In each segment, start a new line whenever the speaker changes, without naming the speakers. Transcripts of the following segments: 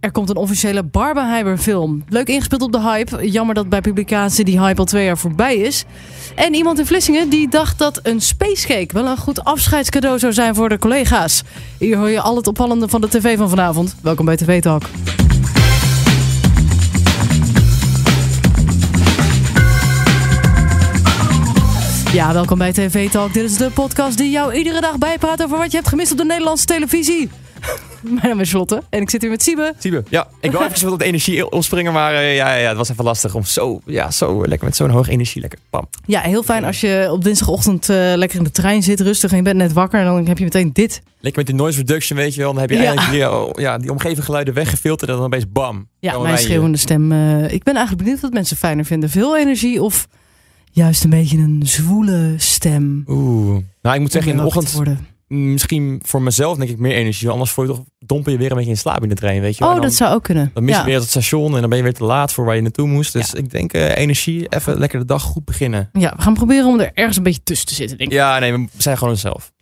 Er komt een officiële Barbenheimer film. Leuk ingespeeld op de hype. Jammer dat bij publicatie die hype al twee jaar voorbij is. En iemand in Vlissingen die dacht dat een spacecake wel een goed afscheidscadeau zou zijn voor de collega's. Hier hoor je al het opvallende van de tv van vanavond. Welkom bij TV Talk. Ja, welkom bij TV Talk. Dit is de podcast die jou iedere dag bijpraat over wat je hebt gemist op de Nederlandse televisie. Mijn naam is Lotte en ik zit hier met Siebe.
Siebe. Ja, ik wil even wat energie opspringen, maar eh, ja, ja, het was even lastig om zo, ja, zo lekker met zo'n hoog energie lekker. Bam.
Ja, heel fijn als je op dinsdagochtend eh, lekker in de trein zit, rustig en je bent net wakker. En dan heb je meteen dit.
Lekker met die noise reduction, weet je wel. Dan heb je
Ja.
eigenlijk die, eh, ja, die omgeving geluiden weggefilterd en dan opeens bam.
Ja,
Komen
mijn
wij hier.
schreeuwende stem. eh, ik ben eigenlijk benieuwd wat mensen fijner vinden. Veel energie of juist een beetje een zwoele stem.
Oeh. Nou, ik moet zeggen, in de
Om wakker te
ochtend
worden.
mm, misschien voor mezelf denk ik meer energie. Anders voel je toch, domper je weer een beetje in slaap in de trein, weet je wel.
Oh,
En
dat
dan,
zou ook kunnen.
dan mis je
Ja.
weer het station en dan ben je weer te laat voor waar je naartoe moest. Dus ik denk eh, energie, even lekker de dag goed beginnen.
ja, we gaan proberen om er ergens een beetje tussen te zitten. Denk ik.
Ja, nee, we zijn gewoon onszelf.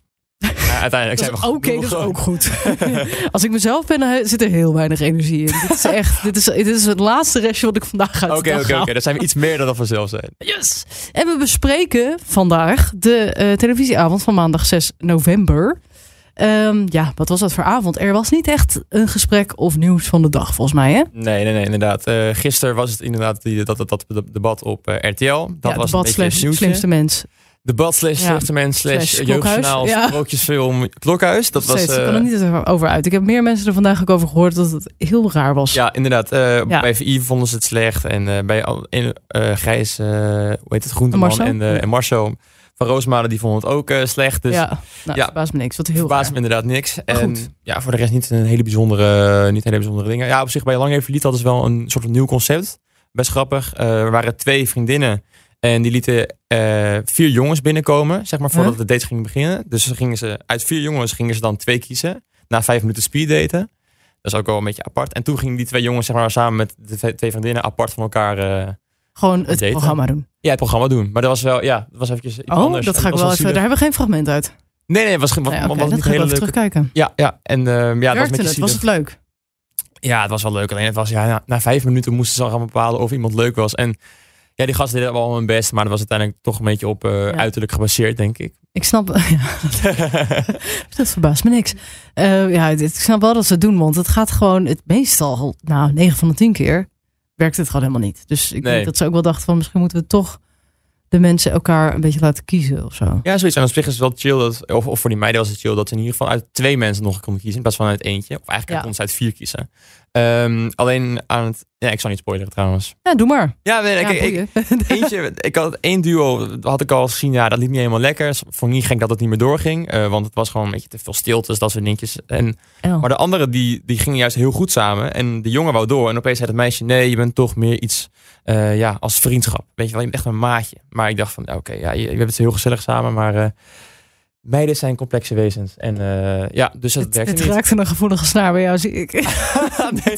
Ja, uiteindelijk
Dat
zijn
is-
we
Oké,
gewoon-
dat is
gewoon-
ook goed. Als ik mezelf ben, dan he- zit er heel weinig energie in. Dit is echt, dit is, dit is het laatste restje wat ik vandaag ga
Oké, oké, oké. Dat zijn we iets meer dan dat we zelf zijn.
Yes! En we bespreken vandaag de eh, televisieavond van maandag 6 november. Ehm, ja, wat was dat voor avond? Er was niet echt een gesprek of nieuws van de dag, volgens mij. Hè?
Nee, nee, nee, inderdaad. Eh gisteren was het inderdaad die, dat, dat, dat debat op eh, RTL. Dat
ja,
was
debat
een
slash
beetje het
slimste
nieuwsje.
mens.
Debat slash
Ja.
slechte mens slash
Slash
jeugdjournaal,
Klokhuis, ja.
sprookjesfilm, klokhuis. Dat was...
Steeds, ik kan
eh,
er niet over uit. Ik heb meer mensen er vandaag ook over gehoord dat het heel raar was.
ja, inderdaad. eh,
Ja.
Bij VI vonden ze het slecht. En eh, bij al- in, eh, Gijs, eh, hoe heet het, Groenteman
Marcel?
en, eh, en Marcel van Roosmalen, die vonden het ook eh, slecht. Dus
ja. Nou,
ja.
verbaast me niks. Wat heel
verbaast me
raar.
inderdaad niks. En
goed.
ja, voor de rest niet een hele bijzondere, niet hele bijzondere dingen. Ja, op zich bij Lang Even Lied hadden ze wel een soort van nieuw concept. Best grappig. Eh, er waren twee vriendinnen en die lieten eh, vier jongens binnenkomen, zeg maar, voordat
Huh?
de dates gingen beginnen. Dus ze gingen ze, uit vier jongens gingen ze dan twee kiezen. Na vijf minuten speeddaten. Dat is ook wel een beetje apart. En toen gingen die twee jongens zeg maar, samen met de twee, twee vriendinnen apart van elkaar eh,
Gewoon het
Daten.
programma doen.
ja, het programma doen. Maar dat was wel, ja, dat was eventjes iets
oh,
anders.
dat
En
ga ik
was
wel even. Daar
zielig.
hebben we geen fragment uit.
Nee, nee, het was, geen- was,
Nee, oké,
was
dat
niet een
ga ik wel
hele
even
leuke...
terugkijken.
Ja, ja. En eh, ja, dat was
Werkte
met
het? Was het leuk?
Ja, het was wel leuk. Alleen het was, ja, na, na vijf minuten moesten ze al gaan bepalen of iemand leuk was. En ja, die gasten deden wel hun best, maar dat was uiteindelijk toch een beetje op eh, uiterlijk gebaseerd, denk ik.
Ik snap. Ja, dat verbaast me niks. Eh, ja, dit- ik snap wel dat ze het doen, want het gaat gewoon het meestal, nou, 9 van de 10 keer werkt het gewoon helemaal niet. Dus ik
Nee.
denk dat ze ook wel dachten van misschien moeten we toch de mensen elkaar een beetje laten kiezen of zo.
ja, zoiets. En op zich is het wel chill, dat, of, of voor die meiden was het chill, dat ze in ieder geval uit twee mensen nog konden kiezen, in plaats van uit eentje. Of eigenlijk
Ja.
konden ze uit vier kiezen. Ehm, alleen aan het... Ja, ik zal niet spoileren trouwens.
Ja, doe maar.
Ja, nee, nee,
Ja,
kijk, ik,
boeien.
Eentje, ik had één duo, dat had ik al gezien, ja, dat liep niet helemaal lekker. Vond ik niet gek dat het niet meer doorging, eh, want het was gewoon een beetje te veel stiltes, dat soort dingetjes. En,
El.
maar de andere, die, die gingen juist heel goed samen. En de jongen wou door en opeens zei het meisje, nee, je bent toch meer iets eh, ja, als vriendschap. Weet je wel, je bent echt een maatje. Maar ik dacht van, ja, oké, ja, je, we hebben het heel gezellig samen, maar eh, meiden zijn complexe wezens. En eh, ja, dus dat
Het,
werkte
het
niet. Ah,
raakte een gevoelige snaar bij jou, zie ik.
nee,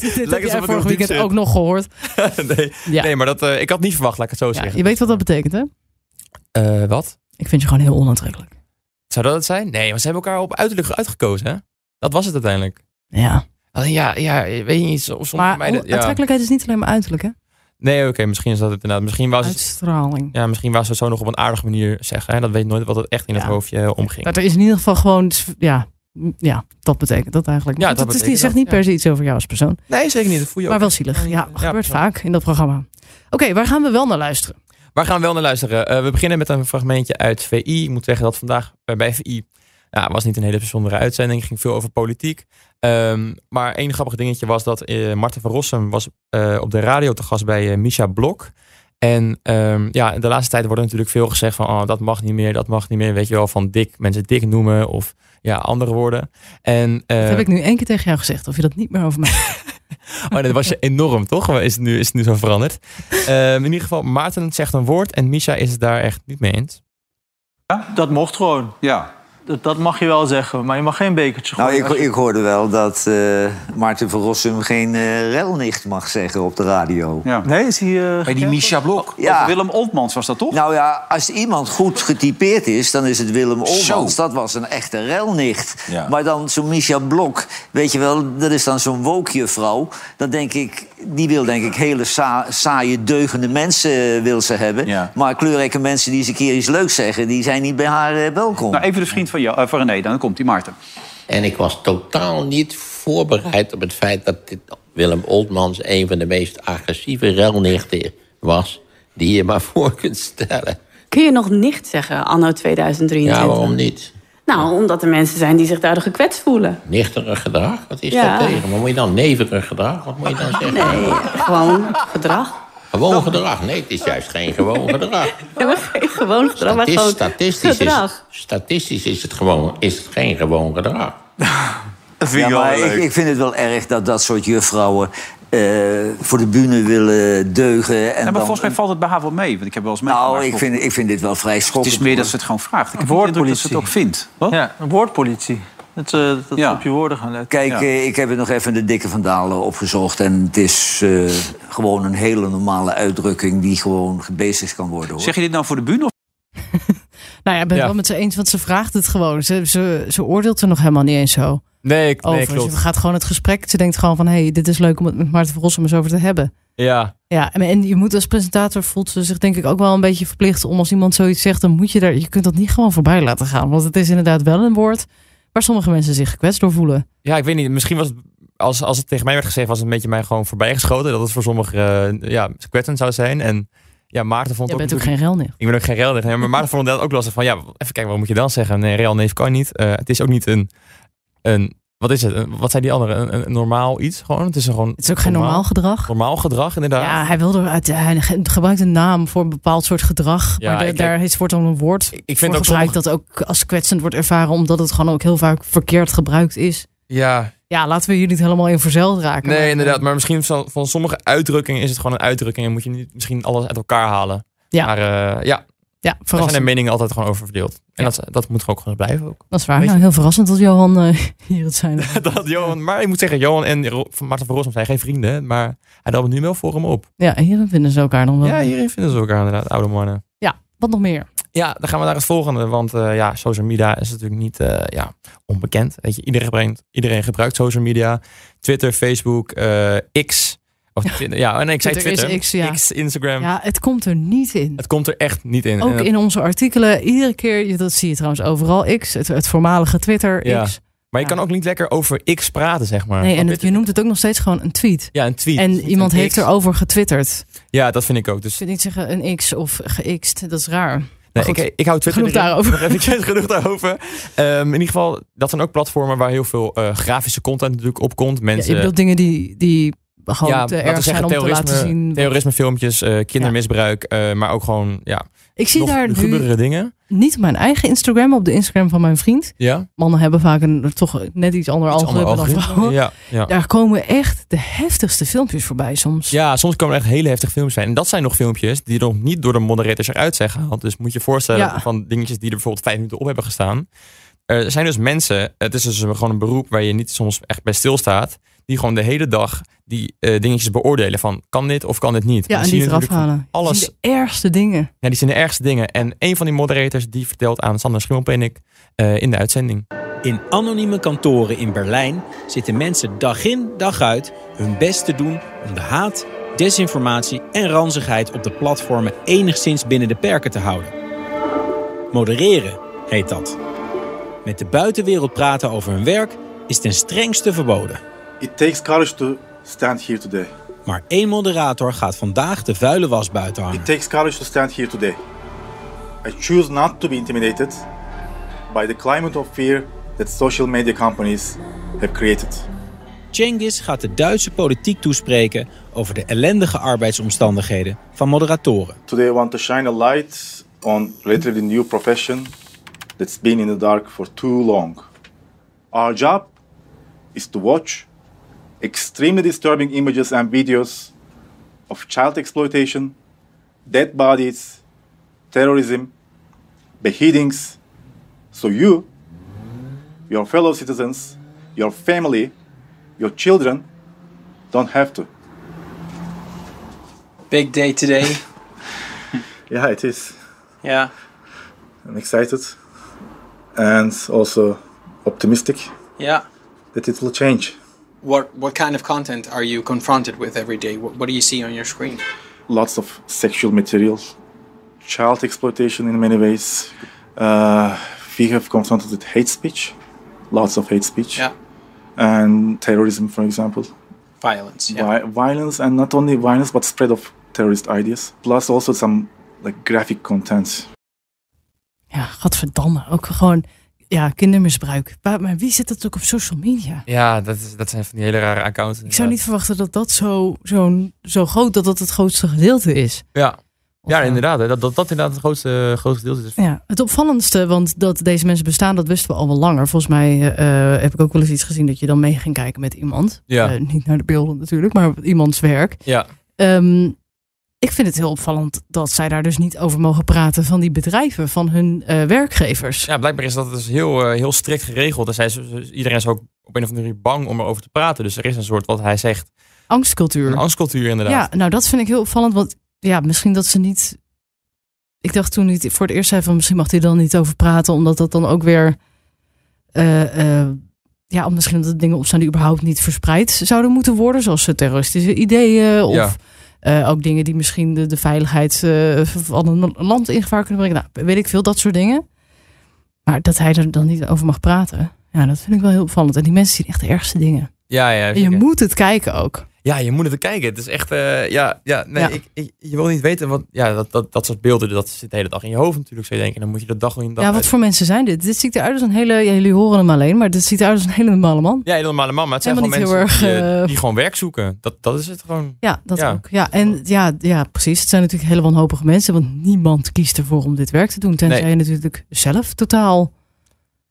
Dit heb jij
alsof het nog
vorig
diep
weekend
zit.
ook nog gehoord.
nee,
Ja.
nee, maar dat, eh, ik had niet verwacht, laat ik het zo
Ja,
zeggen.
je weet wat dat betekent, hè?
Eh, wat?
Ik vind je gewoon heel onaantrekkelijk.
Zou dat het zijn? Nee, want ze hebben elkaar op uiterlijk uitgekozen, hè? Dat was het uiteindelijk.
Ja.
Alleen ja, ja, weet je niet, of sommige
Maar
meiden... Ja.
aantrekkelijkheid is niet alleen maar uiterlijk, hè?
Nee, oké, misschien is dat het inderdaad. Misschien was het,
Uitstraling.
ja, misschien was het zo nog op een aardige manier zeggen. Hè? Dat weet je nooit wat het echt in het
Ja.
hoofdje eh, omging.
Dat Nou, er is in ieder geval gewoon, ja, m- ja dat betekent dat eigenlijk.
Ja,
Maar
dat
het is-
betekent
zegt
dat,
niet per se iets over jou als persoon,
Nee, zeker niet. Dat voel je
maar
ook.
wel zielig. Ja,
Ja,
gebeurt
precies.
vaak in dat programma. Oké, waar gaan we wel naar luisteren?
Waar gaan we wel naar luisteren? Eh, we beginnen met een fragmentje uit VI. Ik moet zeggen dat vandaag eh, bij VI... Ja, was niet een hele bijzondere uitzending. ging veel over politiek. Ehm, maar één grappig dingetje was dat eh Marten van Rossum was eh, op de radio te gast bij eh, Misha Blok. En ehm, ja, de laatste tijd wordt er natuurlijk veel gezegd van oh, dat mag niet meer, dat mag niet meer. Weet je wel, van dik, mensen dik noemen of ja, andere woorden. En,
Dat
eh,
heb ik nu één keer tegen jou gezegd, of je dat niet meer over mij.
maar oh, dat was je enorm, toch? Maar Is het nu, is het nu zo veranderd? Ehm, in ieder geval, Maarten zegt een woord en Misha is het daar echt niet mee eens.
Ja, dat mocht gewoon.
Ja,
Dat, dat mag je wel zeggen, maar je mag geen bekertje
Nou,
gooien
ik,
als je-
ik hoorde wel dat eh, Maarten van Rossum geen eh, relnicht mag zeggen op de radio.
Ja.
Nee, is hij... eh
Bij die Misha Blok.
Ja.
Of Oh, Willem Oltmans was dat toch?
Nou ja, als iemand goed getypeerd is, dan is het Willem Olmans.
Zo.
Dat was een echte relnicht.
Ja.
Maar dan zo'n Misha Blok, weet je wel, dat is dan zo'n wookjuffrouw. Dan denk ik, die wil denk ik hele sa- saaie, deugende mensen eh, wil ze hebben.
Ja.
Maar kleurrijke mensen die eens een keer iets leuks zeggen, die zijn niet bij haar eh, welkom.
Nou, even de vriend van, jou, eh, van René, dan komt die Maarten.
En ik was totaal niet voorbereid op het feit dat dit Willem Oldmans een van de meest agressieve relnichten was die je maar voor kunt stellen.
Kun je nog nicht zeggen, anno 2023?
Ja, waarom niet?
Nou, omdat er mensen zijn die zich daardoor gekwetst voelen.
Nichterig gedrag? Wat is
Ja.
dat tegen? Wat moet je dan? Neverig gedrag? Wat moet je dan zeggen?
Nee, gewoon gedrag.
Gewoon gedrag? Nee, het is juist geen gewoon gedrag.
Ja, maar geen gewoon gedrag, maar
Statist-
gewoon
statistisch, is,
gedrag.
statistisch is het gewoon is het geen gewoon gedrag.
dat vind
Ja,
ik wel
maar
leuk.
ik, ik vind het wel erg dat dat soort juffrouwen eh, voor de bühne willen deugen. En
Ja, maar
dan-
volgens mij valt het bij haar wel mee. Want ik heb wel eens
Nou,
meegemaakt
ik
op-
vind, ik vind dit wel vrij
Het
schokkend.
is meer dat ze het gewoon vraagt. Ik heb de indruk dat ze het ook vindt. Wat?
Ja, een woordpolitie. Dat, eh, dat ze
Ja.
op je woorden gaan letten.
Kijk,
Ja.
eh, ik heb het nog even de dikke van Dalen opgezocht. En het is eh, gewoon een hele normale uitdrukking die gewoon gebezigd kan worden. Hoor.
Zeg je dit nou voor de bühne? Of...
Nou ja, ik ben het
Ja.
wel met ze eens, want ze vraagt het gewoon. Ze, ze, ze oordeelt er nog helemaal niet eens zo
Nee, ik, nee
over.
klopt.
Ze gaat gewoon het gesprek. Ze denkt gewoon van, hé, hey, dit is leuk om het met Maarten van Rossum eens over te hebben.
Ja,
Ja, en, en je moet als presentator voelt ze zich denk ik ook wel een beetje verplicht om als iemand zoiets zegt, dan moet je daar, je kunt dat niet gewoon voorbij laten gaan. Want het is inderdaad wel een woord waar sommige mensen zich gekwetst door voelen.
ja, ik weet niet. Misschien was het, als, als het tegen mij werd gezegd, was het een beetje mij gewoon voorbijgeschoten. Dat het voor sommigen eh, ja, kwetsend zou zijn. En ja, Maarten vond
Je
het ook
bent ook
natuurlijk-
geen relnig.
Ik ben ook geen relder. Nee, maar Maarten vond dat ook lastig. Van ja, even kijken, wat moet je dan zeggen? Nee, real neef kan niet. Eh, het is ook niet een, een... Wat is het? Een- wat zijn die anderen? Een, een- een normaal iets gewoon? Het is een gewoon
Het is ook geen normaal
eh,
gedrag.
normaal gedrag, inderdaad.
Ja, hij, wilde, uit- hij ge- gebruikt een naam voor een bepaald soort gedrag.
Ja,
maar de-
ik-
daar is, wordt dan een woord
Ik- ik
voor
vind ook
gebruikt dat ook als kwetsend wordt ervaren, omdat het gewoon ook heel vaak verkeerd gebruikt is.
Ja,
Ja, laten we hier niet helemaal in verzeld raken.
nee,
Maar- eh,
inderdaad. Maar misschien van, van sommige uitdrukkingen is het gewoon een uitdrukking. En moet je niet, misschien alles uit elkaar halen.
Ja.
Maar eh, ja,
Ja,
daar zijn de
verrassend.
meningen altijd gewoon over verdeeld. En
Ja.
dat, dat moet gewoon, gewoon blijven ook.
Dat is waar.
Weet je-
Nou, heel verrassend dat Johan eh, hier het zijn.
dat Johan, maar ik moet zeggen, Johan en Ro- van Maarten van Rossum zijn geen vrienden. hè, Maar hij nam het nu wel voor hem op.
Ja, hier vinden ze elkaar dan wel.
Ja, hierin vinden ze elkaar inderdaad, oude mannen.
Wat nog meer?
Ja, dan gaan we naar het volgende. Want eh, ja, social media is natuurlijk niet eh, ja, onbekend. Weet je, iedereen, brengt, iedereen gebruikt social media. Twitter, Facebook, eh, X. Of, Twitter, ja, en ik zei
Twitter is
Twitter.
X, ja.
Instagram.
Ja, het komt er niet in.
Het komt er echt niet in. En
Ook
dat-
in onze artikelen, iedere keer, je- dat zie je trouwens overal, X, het, het voormalige Twitter,
Ja.
X.
maar je
ja.
kan ook niet lekker over X praten, zeg maar.
Nee, en
Snap
het- je noemt het ook nog steeds gewoon een tweet.
Ja, een tweet.
En
Het is niet
iemand
een
heeft
X.
erover getwitterd.
Ja, dat vind ik ook. Dus
Ik wil niet zeggen een X of geX't, dat is raar.
nee,
goed.
ik, ik hou Twitter
Genoeg
erin.
daarover.
Nog eventjes genoeg daarover. Ehm, in ieder geval, dat zijn ook platformen waar heel veel eh, grafische content natuurlijk op komt.
Ja,
Mensen,
je bedoelt dingen die, die gewoon
Ja,
te
laten we
erg zijn
zeggen,
om te laten zien.
terrorismefilmpjes, eh, kindermisbruik, eh, maar ook gewoon ja,
Ik zie
nog
daar nu
lugubere dingen.
niet op mijn eigen Instagram, maar op de Instagram van mijn vriend.
Ja,
Mannen hebben vaak een, toch net iets ander
Iets
algoritme
ander
dan
algoritme.
vrouwen.
Ja, ja.
Daar komen echt de heftigste filmpjes voorbij soms.
ja, soms komen er echt hele heftige filmpjes zijn. En dat zijn nog filmpjes die nog niet door de moderators eruit zijn gehaald. Dus moet je je voorstellen
Ja.
van dingetjes die er bijvoorbeeld vijf minuten op hebben gestaan. Er zijn dus mensen, het is dus gewoon een beroep waar je niet soms echt bij stilstaat. Die gewoon de hele dag die eh, dingetjes beoordelen van kan dit of kan dit niet.
Ja,
We
en
zien
die eraf
natuurlijk van
halen. Je
alles.
ziet De ergste dingen.
Ja, die zijn de ergste dingen. En een van die moderators die vertelt aan Sander Schimmelpenninck eh in de uitzending.
In anonieme kantoren in Berlijn zitten mensen dag in, dag uit hun best te doen om de haat, desinformatie en ranzigheid op de platformen enigszins binnen de perken te houden. Modereren heet dat. Met de buitenwereld praten over hun werk is ten strengste verboden.
It takes courage to stand here today.
Maar één moderator gaat vandaag de vuile was buiten hangen.
It takes courage to stand here today. I choose not to be intimidated by the climate of fear that social media companies have created.
Cengiz gaat de Duitse politiek toespreken over de ellendige arbeidsomstandigheden van moderatoren.
Today I want to shine a light on relatively new profession that's been in the dark for too long. Our job is to watch extremely disturbing images and videos of child exploitation, dead bodies, terrorism, beheadings, so you your fellow citizens, your family, your children don't have to.
Big day today.
Yeah, it is.
yeah.
I'm excited and also optimistic
Yeah.
that it will change.
What what kind of content are you confronted with every day? What, what do you see on your screen?
Lots of sexual material, child exploitation in many ways. Uh, we have confronted with hate speech, lots of hate speech,
Yeah.
and terrorism, for example.
Violence. Yeah.
Vi- violence, and not only violence, but spread of terrorist ideas, plus also some like graphic content.
Ja, gadverdamme. Ook gewoon ja, kindermisbruik. Maar maar wie zit dat ook op social media?
Ja, dat, is, dat zijn van die hele rare accounts.
Ik zou niet verwachten dat dat zo, zo'n zo groot, dat dat het grootste gedeelte is.
Ja,
Of,
ja
eh,
inderdaad. hè. Dat, dat, dat inderdaad het grootste, grootste deel is.
Ja, het opvallendste, want dat deze mensen bestaan, dat wisten we al wel langer. Volgens mij eh, heb ik ook wel eens iets gezien dat je dan mee ging kijken met iemand.
Ja.
Eh, niet naar de beelden natuurlijk, maar iemands werk.
Ja.
Ehm, ik vind het heel opvallend dat zij daar dus niet over mogen praten van die bedrijven, van hun eh, werkgevers.
ja, blijkbaar is dat dus heel, eh, heel strikt geregeld. En zij, is- dus iedereen is ook op een of andere manier bang om erover te praten. Dus er is een soort, wat hij zegt,
Angstcultuur.
een angstcultuur inderdaad.
Ja, nou dat vind ik heel opvallend, want ja, misschien dat ze niet... Ik dacht toen niet voor het eerst zei van misschien mag hij dan niet over praten, omdat dat dan ook weer... eh, eh, ja, om misschien dat er dingen opstaan die überhaupt niet verspreid zouden moeten worden, zoals eh, terroristische ideeën of...
Ja.
eh, ook dingen die misschien de, de veiligheid eh, van een land in gevaar kunnen brengen. Nou, weet ik veel, dat soort dingen. Maar dat hij er dan niet over mag praten, ja, dat vind ik wel heel opvallend. En die mensen zien echt de ergste dingen.
ja, ja,
En je
zeker.
moet het kijken ook.
Ja, je moet het kijken. Het is echt, eh, ja, ja, nee,
Ja.
Ik, ik- je wil niet weten, want ja, dat, dat, dat soort beelden, dat zit de hele dag in je hoofd natuurlijk, zou je denken. Dan moet je dat dag in dag
Ja, wat
uit.
voor mensen zijn dit? Dit ziet eruit als een hele. ja, jullie horen hem alleen, maar dit ziet eruit als een hele normale man.
Ja, een normale man, maar het zijn gewoon
Helemaal
mensen
niet heel
die,
erg,
eh,
eh,
die gewoon werk zoeken. Dat, dat is het gewoon.
Ja, dat
Ja.
ook. Ja, en ja, ja, precies. Het zijn natuurlijk hele wanhopige mensen, want niemand kiest ervoor om dit werk te doen. Tenzij
Nee.
je natuurlijk zelf totaal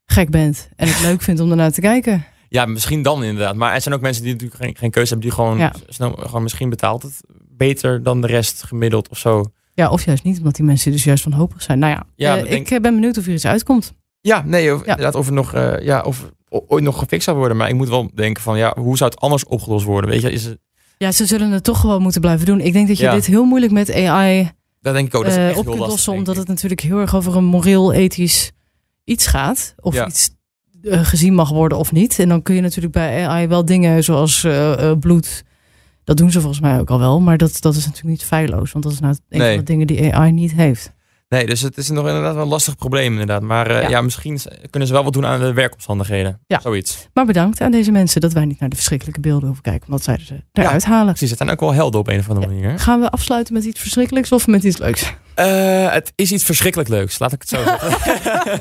gek bent en het leuk vindt om ernaar te kijken.
Ja, misschien dan inderdaad. Maar er zijn ook mensen die natuurlijk geen, geen keuze hebben, die gewoon,
Ja.
snel, gewoon misschien betaalt het beter dan de rest gemiddeld of zo.
Ja, of juist niet, omdat die mensen dus juist wanhopig zijn. Nou ja,
Ja,
eh,
dat denk-
ik eh, ben benieuwd of hier iets uitkomt.
Ja, nee, of,
Ja.
inderdaad, of het nog, eh, ja, of o- ooit nog gefixt zou worden. Maar ik moet wel denken van, ja, hoe zou het anders opgelost worden? Weet je, is het,
Ja, ze zullen het toch gewoon moeten blijven doen. Ik denk dat je
Ja.
dit heel moeilijk met AI
dat denk ik ook. Oh, Dat is
eh,
echt
op
heel
kunt
lastig.
lossen.
denk
Omdat
ik.
het natuurlijk heel erg over een moreel ethisch iets gaat. Of
Ja.
iets eh, gezien mag worden of niet. En dan kun je natuurlijk bij AI wel dingen zoals eh, eh, bloed. Dat doen ze volgens mij ook al wel. Maar dat, dat is natuurlijk niet feilloos. Want dat is nou een
Nee.
van de dingen die AI niet heeft.
Nee, dus het is nog inderdaad wel een lastig probleem inderdaad. Maar eh, ja.
Ja.
misschien z- kunnen ze wel wat doen aan de werkomstandigheden.
Ja.
Zoiets.
Maar bedankt aan deze mensen dat wij niet naar de verschrikkelijke beelden hoeven kijken. Omdat zij ze
Ja.
eruit halen.
Precies, het zijn ook wel helden op een of andere manier.
Gaan we afsluiten met iets verschrikkelijks of met iets leuks?
Eh, het is iets verschrikkelijk leuks, laat ik het zo zeggen.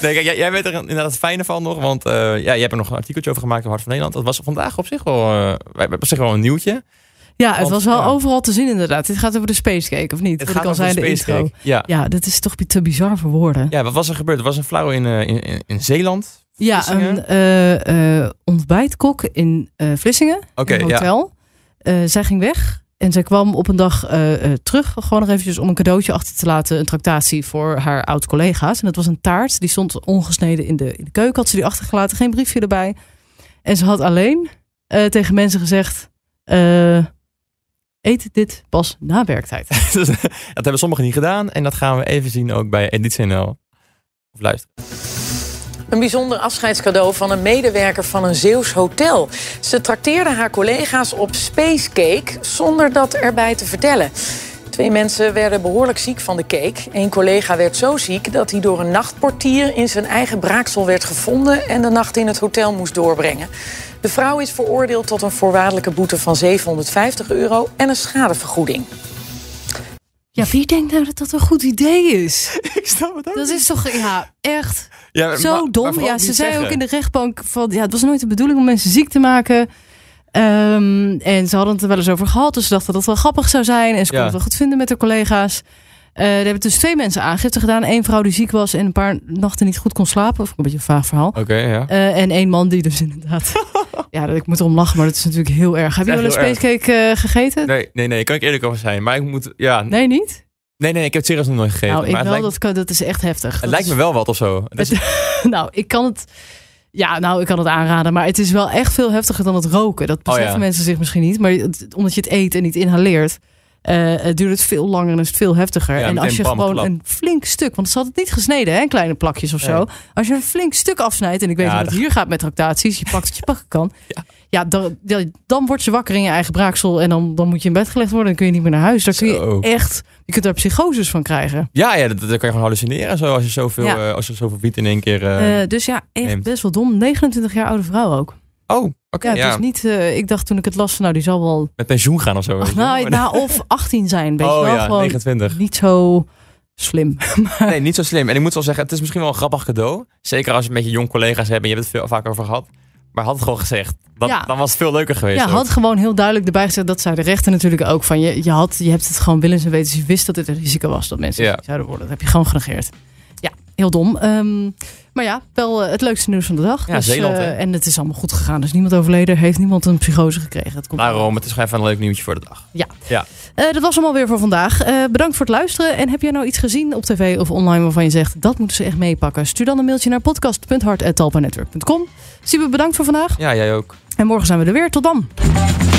nee, kijk, jij, jij weet er inderdaad het fijne van nog, want eh, ja, jij hebt er nog een artikeltje over gemaakt op Hart van Nederland. Dat was vandaag op zich wel, eh, wij- op zich wel een nieuwtje.
Ja, het
Want,
was wel
ja.
overal te zien inderdaad. Dit gaat over de spacecake of niet? Wat ik al
over
zei in
de
de
Spacecake.
intro.
Ja.
Ja, dit is toch te bizar voor woorden.
ja, wat was er gebeurd? Er was een flauw in, eh, in, in, in Zeeland.
Ja,
Vlissingen?
een eh, eh, ontbijtkok in eh, Vlissingen,
Oké,
in een
ja.
hotel. Eh, zij ging weg en zij kwam op een dag eh, eh, terug, gewoon nog eventjes om een cadeautje achter te laten, een tractatie voor haar oud-collega's. En dat was een taart, die stond ongesneden in de, in de keuken, had ze die achtergelaten, geen briefje erbij. En ze had alleen eh, tegen mensen gezegd, eh, eet dit pas na werktijd.
Dus, dat hebben sommigen niet gedaan en dat gaan we even zien ook bij Editie NL. Of luister.
Een bijzonder afscheidscadeau van een medewerker van een Zeeuws hotel. Ze trakteerde haar collega's op spacecake zonder dat erbij te vertellen. Twee mensen werden behoorlijk ziek van de cake. Eén collega werd zo ziek dat hij door een nachtportier in zijn eigen braaksel werd gevonden en de nacht in het hotel moest doorbrengen. De vrouw is veroordeeld tot een voorwaardelijke boete van 750 euro en een schadevergoeding.
Ja, wie denkt nou dat dat een goed idee is?
Ik snap het ook.
Dat is toch, ja, echt...
Ja, maar- maar-
Zo
maar
dom.
vooral
Ja,
niet
ze zei
zeggen.
ook in de rechtbank van ja, het was nooit de bedoeling om mensen ziek te maken. Ehm, en ze hadden het er wel eens over gehad. Dus ze dachten dat het wel grappig zou zijn. En ze
Ja.
konden het wel goed vinden met haar collega's. Eh, er hebben dus twee mensen aangifte gedaan. Eén vrouw die ziek was en een paar nachten niet goed kon slapen. Of een beetje een vaag verhaal.
Oké, ja.
Eh, en één man die dus inderdaad... ja, ik moet erom lachen, maar dat is natuurlijk heel erg. Heb je
Echt
wel een
heel erg.
spacecake eh, gegeten? Nee.
Nee, nee, nee, kan ik eerlijk over zijn. Maar ik moet, ja, nee,
niet?
nee, nee ik heb het serieus nog nooit gegeten.
nou, ik
maar
wel.
het lijkt,
dat, kan, dat is echt heftig.
het
Dat
lijkt
is-
me wel wat of zo. Het is-
nou, ik kan het. Ja, nou, ik kan het aanraden. Maar het is wel echt veel heftiger dan het roken. Dat beseffen
Oh, ja.
mensen zich misschien niet. Maar het- omdat je het eet en niet inhaleert, eh, het duurt het veel langer en is het veel heftiger.
Ja,
en als
meteen
je
bam,
gewoon
klap.
een flink stuk, want ze had het niet gesneden, hè, kleine plakjes of zo.
Nee.
Als je een flink stuk afsnijdt, en ik weet
Ja,
hoe het
dat-
hier gaat met tractaties, je pakt wat je pakken kan. Ja, dan, ja, dan word je wakker in je eigen braaksel en dan, dan moet je in bed gelegd worden. Dan kun je niet meer naar huis. Daar kun je
Zo.
echt, je kunt daar psychoses van krijgen.
Ja, ja dat, dat kan je gewoon hallucineren zo, als, je zoveel,
Ja.
eh, als je zoveel wiet in één keer... eh,
Eh, dus ja, echt
neemt.
best wel dom. 29 jaar oude vrouw ook.
Oh, oké.
ja, het
ja,
is niet. eh, ik dacht toen ik het las, van, nou die zal wel.
Met pensioen gaan of zo. weet je wel.
nou, nou, of 18 zijn, weet je
oh
wel.
ja,
Gewoon
29.
niet zo slim.
Nee, niet zo slim. En ik moet wel zeggen, het is misschien wel een grappig cadeau. Zeker als je met je jong collega's hebt en je hebt het veel vaak over gehad. Maar had het gewoon gezegd, dan,
Ja.
dan was het veel leuker geweest.
ja,
ook.
had gewoon heel duidelijk erbij gezegd. Dat zei de rechter natuurlijk ook. Van je, je, had, je hebt het gewoon willens en wetens. Je wist dat het een risico was dat mensen
Ja.
ziek zouden worden. Dat heb je gewoon genegeerd. Ja, heel dom. Ehm, maar ja, wel eh, het leukste nieuws van de dag.
Ja,
dus,
Zeeland,
eh,
hè?
en het is allemaal goed gegaan. Dus niemand overleden. Heeft niemand een psychose gekregen. Het komt
Daarom, Nou, het is gewoon even een leuk nieuwtje voor de dag.
Ja.
Ja.
Eh, dat was allemaal weer voor vandaag. Eh, bedankt voor het luisteren. En heb jij nou iets gezien op tv of online waarvan je zegt dat moeten ze echt meepakken? Stuur dan een mailtje naar podcast.hart.talpanetwerk.com. Super bedankt voor vandaag.
Ja, jij ook.
En morgen zijn we er weer. Tot dan.